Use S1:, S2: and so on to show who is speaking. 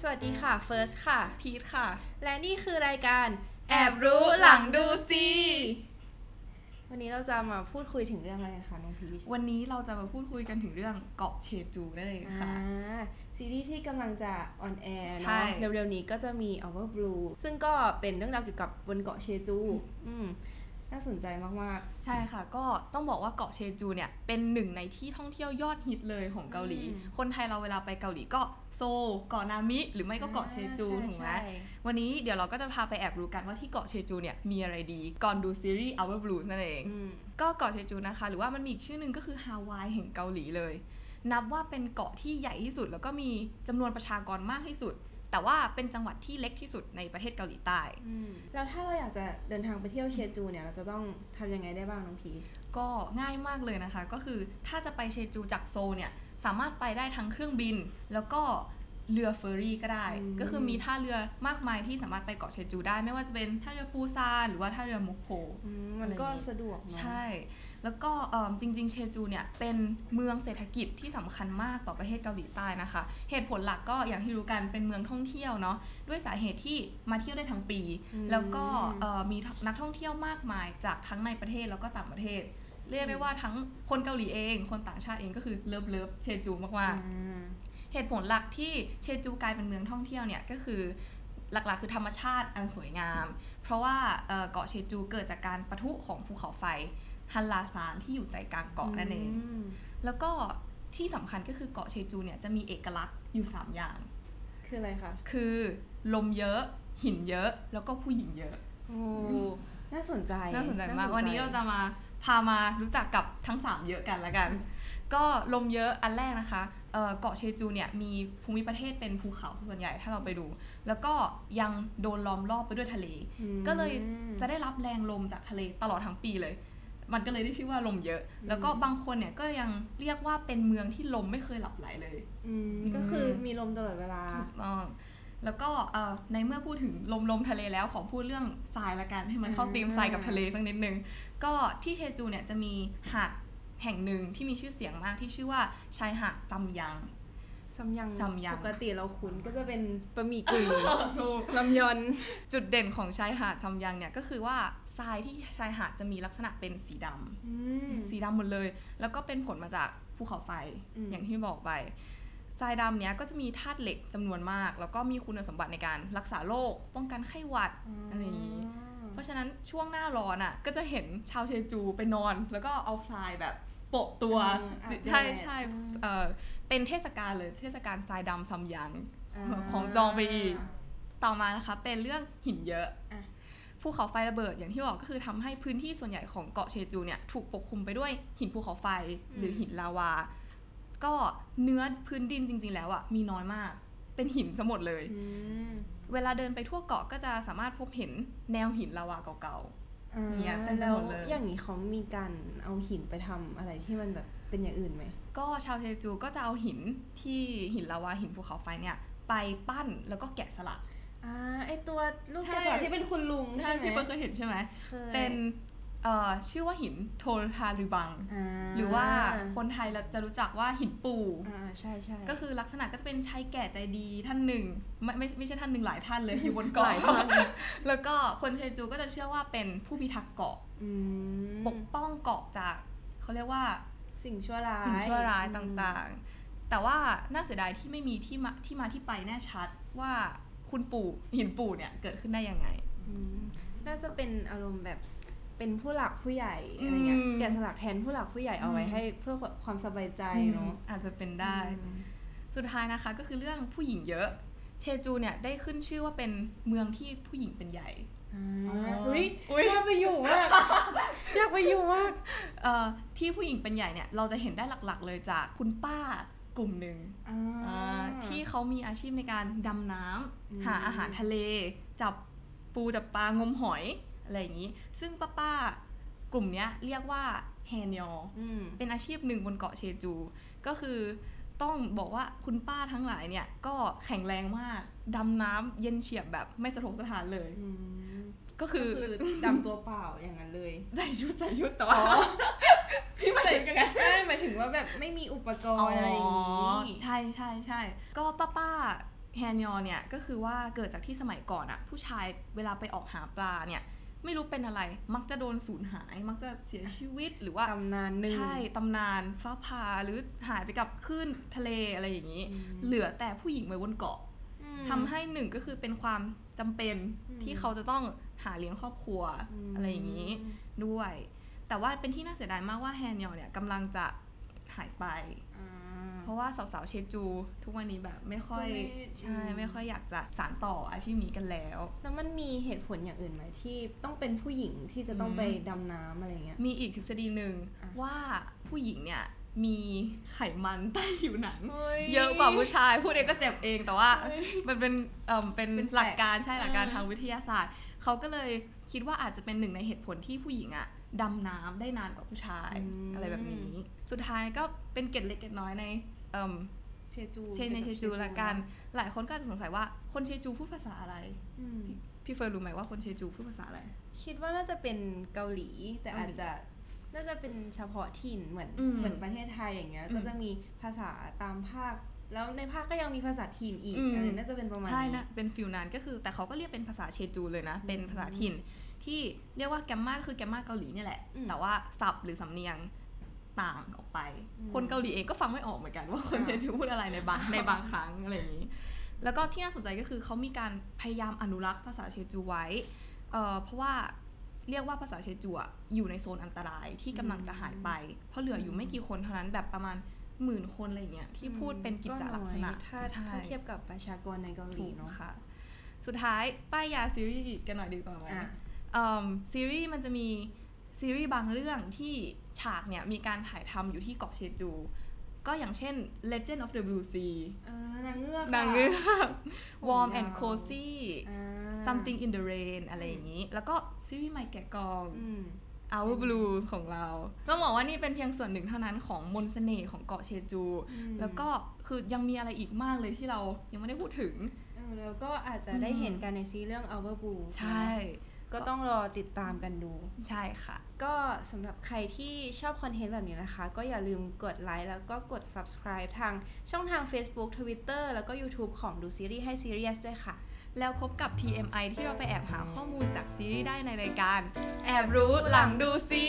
S1: สวัสดีค่ะเฟิร์สค่ะ
S2: พีทค่ะ
S1: และนี่คือรายการ
S2: แอบรู้หลังดูซี
S1: วันนี้เราจะมาพูดคุยถึงเรื่องอะไรกันคะน้องพีช
S2: วันนี้เราจะมาพูดคุยกันถึงเรื่องเกาะเชจูนั่นเองค่ะ
S1: อ่าซีรีส์ที่กำลังจะออนแอร์
S2: ใช่
S1: เนาะเร็วๆนี้ก็จะมี Our Blue ซึ่งก็เป็นเรื่องราวเกี่ยวกับบนเกาะเชจู
S2: อืม
S1: อืมน่าสนใจมาก
S2: ใช่ค่ะ ก็ต้องบอกว่าเกาะเชจูเนี่ย เป็นหนึ่งในที่ท่องเที่ยวยอดฮิตเลยของเกาหลี
S1: อืม
S2: คนไทยเราเวลาไปเกาหลีก็โซลเกาะนามิหรื
S1: ๆ
S2: อไม่ก็เกาะเชจู
S1: อ่า
S2: ถูกไหม
S1: ใช่
S2: วันนี้เดี๋ยวเราก็จะพาไปแอบรู้กันว่าที่เกาะเชจูเนี่ยมีอะไรดี ก่อนดูซีรีส์ Our Blues นั่นเอง
S1: ๆอืม
S2: ก็เกาะเชจูนะคะ หรือว่ามันมีอีกชื่อหนึ่งก็คือฮาวายแห่งเกาหลีเลย นับว่าเป็นเกาะที่ใหญ่ที่สุด แล้วก็มีจำนวนประชากรมากที่สุด แต่ว่าเป็นจังหวัดที่เล็กที่สุดในประเทศเกาหลีใต้
S1: แล้วถ้าเราอยากจะเดินทางไปเที่ยวเชจูเนี่ย เราจะต้องทำยังไงได้บ้างน้องพีช
S2: ก็ง่ายมากเลยนะคะ ก็คือถ้าจะไปเชจูจากโซลเนี่ยสามารถไปได้ทั้งเครื่องบิน แล้วก็เรือเฟอร์รี่ก็ได้
S1: อืม
S2: ก็คือมีท่าเรือมากมายที่สามารถไปเกาะเชจูได้ ไม่ว่าจะเป็นท่าเรือปูซานหรือว่าท่าเรือมุกโพ
S1: อืมมันก็สะดวกเนอะ
S2: ใช่ แล้วก็เอิ่มจริง ๆ เชจูเนี่ยเป็นเมืองเศรษฐกิจที่สำคัญมากต่อประเทศเกาหลีใต้นะคะ เหตุผลหลักก็อย่างที่รู้กันเป็นเมืองท่องเที่ยวเนาะด้วยสาเหตุที่มาเที่ยวได้ทั้งปี
S1: อืม
S2: แล้วก็เอ่อมีนักท่องเที่ยวมากมายจากทั้งในประเทศแล้วก็ต่างประเทศ เรียกได้ว่าทั้งคนเกาหลีเอง คนต่างชาติเองก็คือเลิฟเลิฟเชจูมากๆ
S1: อ่า
S2: เหตุผลหลักที่เชจูกลายเป็นเมืองท่องเที่ยวเนี่ยก็คือหลักๆ คือธรรมชาติอันสวยงาม เพราะว่าเอ่อเกาะเชจูเกิดจากการปะทุของภูเขาไฟฮันลาซานที่อยู่ใจกลางเกาะนั่นเอง
S1: ม
S2: แล้วก็ที่สำคัญก็คือเกาะเชจูเนี่ยจะมีเอกลักษณ์อยู่ 3 อย่าง
S1: คืออะไรคะ
S2: คือลมเยอะ หินเยอะ แล้วก็ผู้หญิงเยอะ
S1: โอ้ น่าสนใจ
S2: น่าสนใจมาก วันนี้เราจะมาพามารู้จักกับทั้ง 3 เยอะกันละกัน ก็ลมเยอะอันแรกนะคะเอ่อเกาะเชจูเนี่ยมีภูมิประเทศเป็นภูเขาส่วนใหญ่ถ้าเราไปดู แล้วก็ยังโดนล้อมรอบไปด้วยทะเล
S1: อืม
S2: ก็เลยจะได้รับแรงลมจากทะเลตลอดทั้งปีเลย มันก็เลยได้ชื่อว่าลมเยอะ แล้วก็บางคนเนี่ยก็ยังเรียกว่าเป็นเมืองที่ลมไม่เคยหลับไหลเลย
S1: อืม
S2: อืม
S1: ก็คือมีลมตลอดเวลา
S2: ถูกต้องแล้วก็เอ่อในเมื่อพูดถึงลมลมทะเลแล้วขอพูดเรื่องทรายละกันให้มันเข้า
S1: อ่า
S2: ธีมทรายกับทะเลสักนิดนึง ก็ที่เชจูเนี่ยจะมีหาดแห่งหนึ่งที่มีชื่อเสียงมากที่ชื่อว่าชายหาดซัมยัง
S1: ซัมยัง
S2: ซัมยัง
S1: ปกติเราคุ้นก็จะเป็นบะหมี่กุ ย
S2: ถูก
S1: ลำยอน
S2: จุดเด่นของชายหาดซัมยังเนี่ยก็คือว่าทรายที่ชายหาดจะมีลักษณะเป็นสีดำ สีดำหมดเลย แล้วก็เป็นผลมาจากภูเขาไฟ
S1: อืม
S2: อย่างที่บอกไป ทรายดำเนี้ยก็จะมีธาตุเหล็กจำนวนมาก แล้วก็มีคุณสมบัติในการรักษาโรค ป้องกันไข้หวัด อะไรอย่างนี้ เพราะฉะนั้นช่วงหน้าร้อนอ่ะ ก็จะเห็นชาวเชจูไปนอน แล้วก็เอาทรายแบบโปะตัว
S1: อ่าอาบแดด
S2: ใช่ใช่
S1: อืม
S2: เอ่อเป็นเทศกาลเลย เทศกาลทรายดำซัมยัง ของจองไปอีก ต่อมานะคะเป็นเรื่องหินเยอะ
S1: อ่ะ
S2: ภูเขาไฟระเบิดอย่างที่บอกก็คือทำให้พื้นที่ส่วนใหญ่ของเกาะเชจูเนี่ยถูกปกคลุมไปด้วยหินภูเขาไฟหรือหินลาวา ก็เนื้อพื้นดินจริง ๆ แล้วอะ่ะมีน้อยมาก เป็นหินซะหมดเลย
S1: อืม
S2: เวลาเดินไปทั่วเกาะก็จะสามารถพบเห็นแนวหินลาวาเก่า
S1: อ่า
S2: เนี่ยเต็มไป
S1: แล้ว
S2: หมดเลย
S1: อย่างนี้เขามีการเอาหินไปทำอะไรที่มันแบบเป็นอย่างอื่นไหม
S2: ๆ ก็ชาวเชจูก็จะเอาหินที่หินลาวาหินภูเขาไฟเนี่ยไปปั้นแล้วก็แกะสลัก
S1: อ่าไอตัวลูก
S2: ใช่
S1: กระสอบที่เป็นคุณลุงใช่
S2: ใช่
S1: ไหม
S2: พี่เฟิร์นเคยเห็นใช่ไหม
S1: คย
S2: เป็นเอ่อชื่อว่าหินโทลทาริบัง
S1: า
S2: หรือว่าคนไทยเราจะรู้จักว่าหินปู
S1: อ่าใช่ใช่
S2: ก็คือลักษณะก็จะเป็นชายแก่ใจดีท่านหนึ่ง ไม่ไม่ไม่ใช่ท่านหนึ่งหลายท่านเลย อยู่บน
S1: ห
S2: เกาะ
S1: ลายท่าน
S2: แล้วก็คนเชจูก็จะเชื่อว่าเป็นผู้พิทักษ์เกาะ
S1: ป
S2: ป
S1: ก
S2: กป้องเกาะจากเขาเรียกว่า
S1: สิ่งชั่วร้าย
S2: สิ่งชั่วร้าย
S1: อืม
S2: ต่างๆ แต่ว่าน่าเสียดายที่ไม่มีที่มาที่มาที่ไปแน่ชัดว่าคุณปู่หินปู่เนี่ยเกิดขึ้นได้ยังไง
S1: อืมน่าจะเป็นอารมณ์แบบเป็นผู้หลักผู้ใหญ่อะไรเงี้ย
S2: อืม
S1: แกะสลักแทนผู้หลักผู้ใหญ่เอาไว้
S2: อืม
S1: ให้เพื่อความสบายใจเนาะ
S2: อาจจะเป็นได้
S1: อืม
S2: สุดท้ายนะคะก็คือเรื่องผู้หญิงเยอะ เชจูเนี่ยได้ขึ้นชื่อว่าเป็นเมืองที่ผู้หญิงเป็นใหญ่
S1: อ่า
S2: อุ๊
S1: อุ้
S2: ย
S1: ยอยากไปอยู่ มาก อยากไปอยู่มาก
S2: เอ่อที่ผู้หญิงเป็นใหญ่เนี่ยเราจะเห็นได้หลักๆ เลยจากคุณป้ากลุ่มหนึ่งอ่าที่เขามีอาชีพในการดำน้ำหาอาหารทะเล จับปูจับปลางมหอยอะไรอย่างนี้ ซึ่งป้าป้าๆกลุ่มเนี้ยเรียกว่าแฮนยอ
S1: อืม
S2: เป็นอาชีพหนึ่งบนเกาะเชจู ก็คือต้องบอกว่าคุณป้าทั้งหลายเนี่ยก็แข็งแรงมาก ดำน้ำเย็นเฉียบแบบไม่สะทกสถานเลย
S1: อืม
S2: ก็คือ
S1: ก็คือดำตัวเปล่าอย่างนั้นเลย
S2: ใส่ชุดใส่ชุดแต่ว่าพี่มาถึงยังไง
S1: ไม่หมายถึงว่าแบบไม่มีอุปกรณ์อะไรอย่าง
S2: อ๋
S1: นี้
S2: อใช่ใช่ใช่ก็ป้าป้า แฮนยอเนี่ยก็คือว่าเกิดจากที่สมัยก่อนอะผู้ชายเวลาไปออกหาปลาเนี่ยไม่รู้เป็นอะไรมักจะโดนสูญหาย มักจะเสียชีวิตหรือว่า
S1: ตำนานหนึ่ง
S2: ใช่ ตำนานฟ้าผ่าหรือหายไปกับคลื่นทะเลอะไรอย่างนี้
S1: อืม
S2: เหลือแต่ผู้หญิงไว้บนเกาะ
S1: อืม
S2: ทำให้หนึ่งก็คือเป็นความจำเป็น
S1: อืม
S2: ที่เขาจะต้องหาเลี้ยงครอบครัว
S1: อืม
S2: อะไรอย่างนี้ด้วย แต่ว่าเป็นที่น่าเสียดายมากว่าแฮนยอลเนี่ยกำลังจะหายไป
S1: อ่า
S2: เพราะว่าสาวๆเชจู ทุกวันนี้แบบไม่ค่อย
S1: ก็ไม่
S2: ใช่ไม่ค่อยอยากจะสานต่ออาชีพนี้กันแล้ว
S1: แล้วมันมีเหตุผลอย่างอื่นไหมที่ต้องเป็นผู้หญิงที่จะต้อง
S2: อืม
S1: ไปดำน้ำอะไรเงี้ย
S2: มีอีกทฤษฎีหนึ่ง
S1: อ่ะ
S2: ว่าผู้หญิงเนี่ยมีไขมันใต้ผิวหนัง
S1: ฮ้
S2: เยอะกว่าผู้ชายพูดเองก็เจ็บเองแต่ว่า
S1: เฮ้ย
S2: มันเป็นเอ่อเป็น
S1: เป็นแฟกต์
S2: หลักการใช่หลักการ
S1: เออ
S2: ทางวิทยาศาสตร์ เขาก็เลยคิดว่าอาจจะเป็นหนึ่งในเหตุผลที่ผู้หญิงอะดำน้ำได้นานกว่าผู้ชายอะไรแบบนี้ สุดท้ายก็เป็นเกร็ดเล็กเกร็ดน้อยในเอ่ม
S1: เชจู
S2: เชนในเชจูละกัน หลายคนก็อาจจะสงสัยว่าคนเชจูพูดภาษาอะไร
S1: อืม
S2: พี่เฟิร์นรู้ไหมว่าคนเชจูพูดภาษาอะไร
S1: คิดว่าน่าจะเป็นเกาหลี แต่
S2: เกาหลี
S1: อาจจะน่าจะเป็นเฉพาะถิ่นเหมือน
S2: อืม
S1: เหมือนประเทศไทยอย่างเงี้ย
S2: อืม
S1: ก็จะมีภาษาตามภาค แล้วในภาคก็ยังมีภาษาถิ่นอีก
S2: อืม
S1: อะไรน่าจะเป็นประมาณ
S2: ใช่
S1: นี้
S2: นะเป็นฟิลนั้นก็คือ แต่เขาก็เรียกเป็นภาษาเชจูเลยนะ เป็นภาษาถิ่นที่เรียกว่าแกมมาก็คือแกมมาเกาหลีเนี่ยแหละ
S1: อืม
S2: แต่ว่าศัพท์หรือสำเนียงต่างออกไป
S1: อืม
S2: คนเกาหลีเองก็ฟังไม่ออกเหมือนกันว่าคน
S1: อ่า
S2: เชจูพูดอะไรในบาง ในบางครั้งอะไรอย่างนี้ แล้วก็ที่น่าสนใจก็คือเขามีการพยายามอนุรักษ์ภาษาเชจูไว้เอ่อเพราะว่าเรียกว่าภาษาเชจูอะอยู่ในโซนอันตรายที่กำลังจะหายไป เพราะเหลืออยู่ไม่กี่คนเท่านั้นแบบประมาณหมื่นคนอะไรอย่างเงี้ยที่พูดเป็นกิจจลักษณะ
S1: ก็อยถ้า
S2: ใช่
S1: ถ้าเทียบกับประชากรในเกาหลี
S2: ถูก
S1: เนาะ
S2: ค่ะ สุดท้ายป้ายยาซีรีส์กันหน่อยดีกว่าไหม
S1: อ่ะ
S2: เอิ่มซีรีส์มันจะมีซีรีส์บางเรื่องที่ฉากเนี่ยมีการถ่ายทำอยู่ที่เกาะเชจู ก็อย่างเช่น Legend of the Blue Sea
S1: เออนางเงือก
S2: นางเงือก
S1: ผม
S2: Warm and
S1: ยาว
S2: Cozy
S1: อ่า
S2: Something in the Rain อะไรอย่างนี้ แล้วก็ซีรีส์ใหม่แกะกล่อง
S1: อืม
S2: Our Blue ของเรา ต้องบอกว่านี่เป็นเพียงส่วนหนึ่งเท่านั้นของมนต์เสน่ห์ของเกาะเชจู
S1: อืม
S2: แล้วก็คือยังมีอะไรอีกมากเลยที่เรายังไม่ได้พูดถึง
S1: เออแล้วก็อาจจะได้เห็นกันในซีรีส์เรื่อง Our Blue
S2: ใช่
S1: ก็ต้องรอติดตามกันดู
S2: ใช่ค่ะ
S1: ก็สำหรับใครที่ชอบคอนเทนต์แบบนี้นะคะ ก็อย่าลืมกดไลค์แล้วก็กด subscribe ทางช่องทาง Facebook Twitter แล้วก็ YouTube ของดูซีรีส์ให้ Serious ด้วยค่ะ
S2: แล้วพบกับ TMI ที่เราไปแอบหาข้อมูลจากซีรีส์ได้ในรายการ แอบรู้หลังดูซี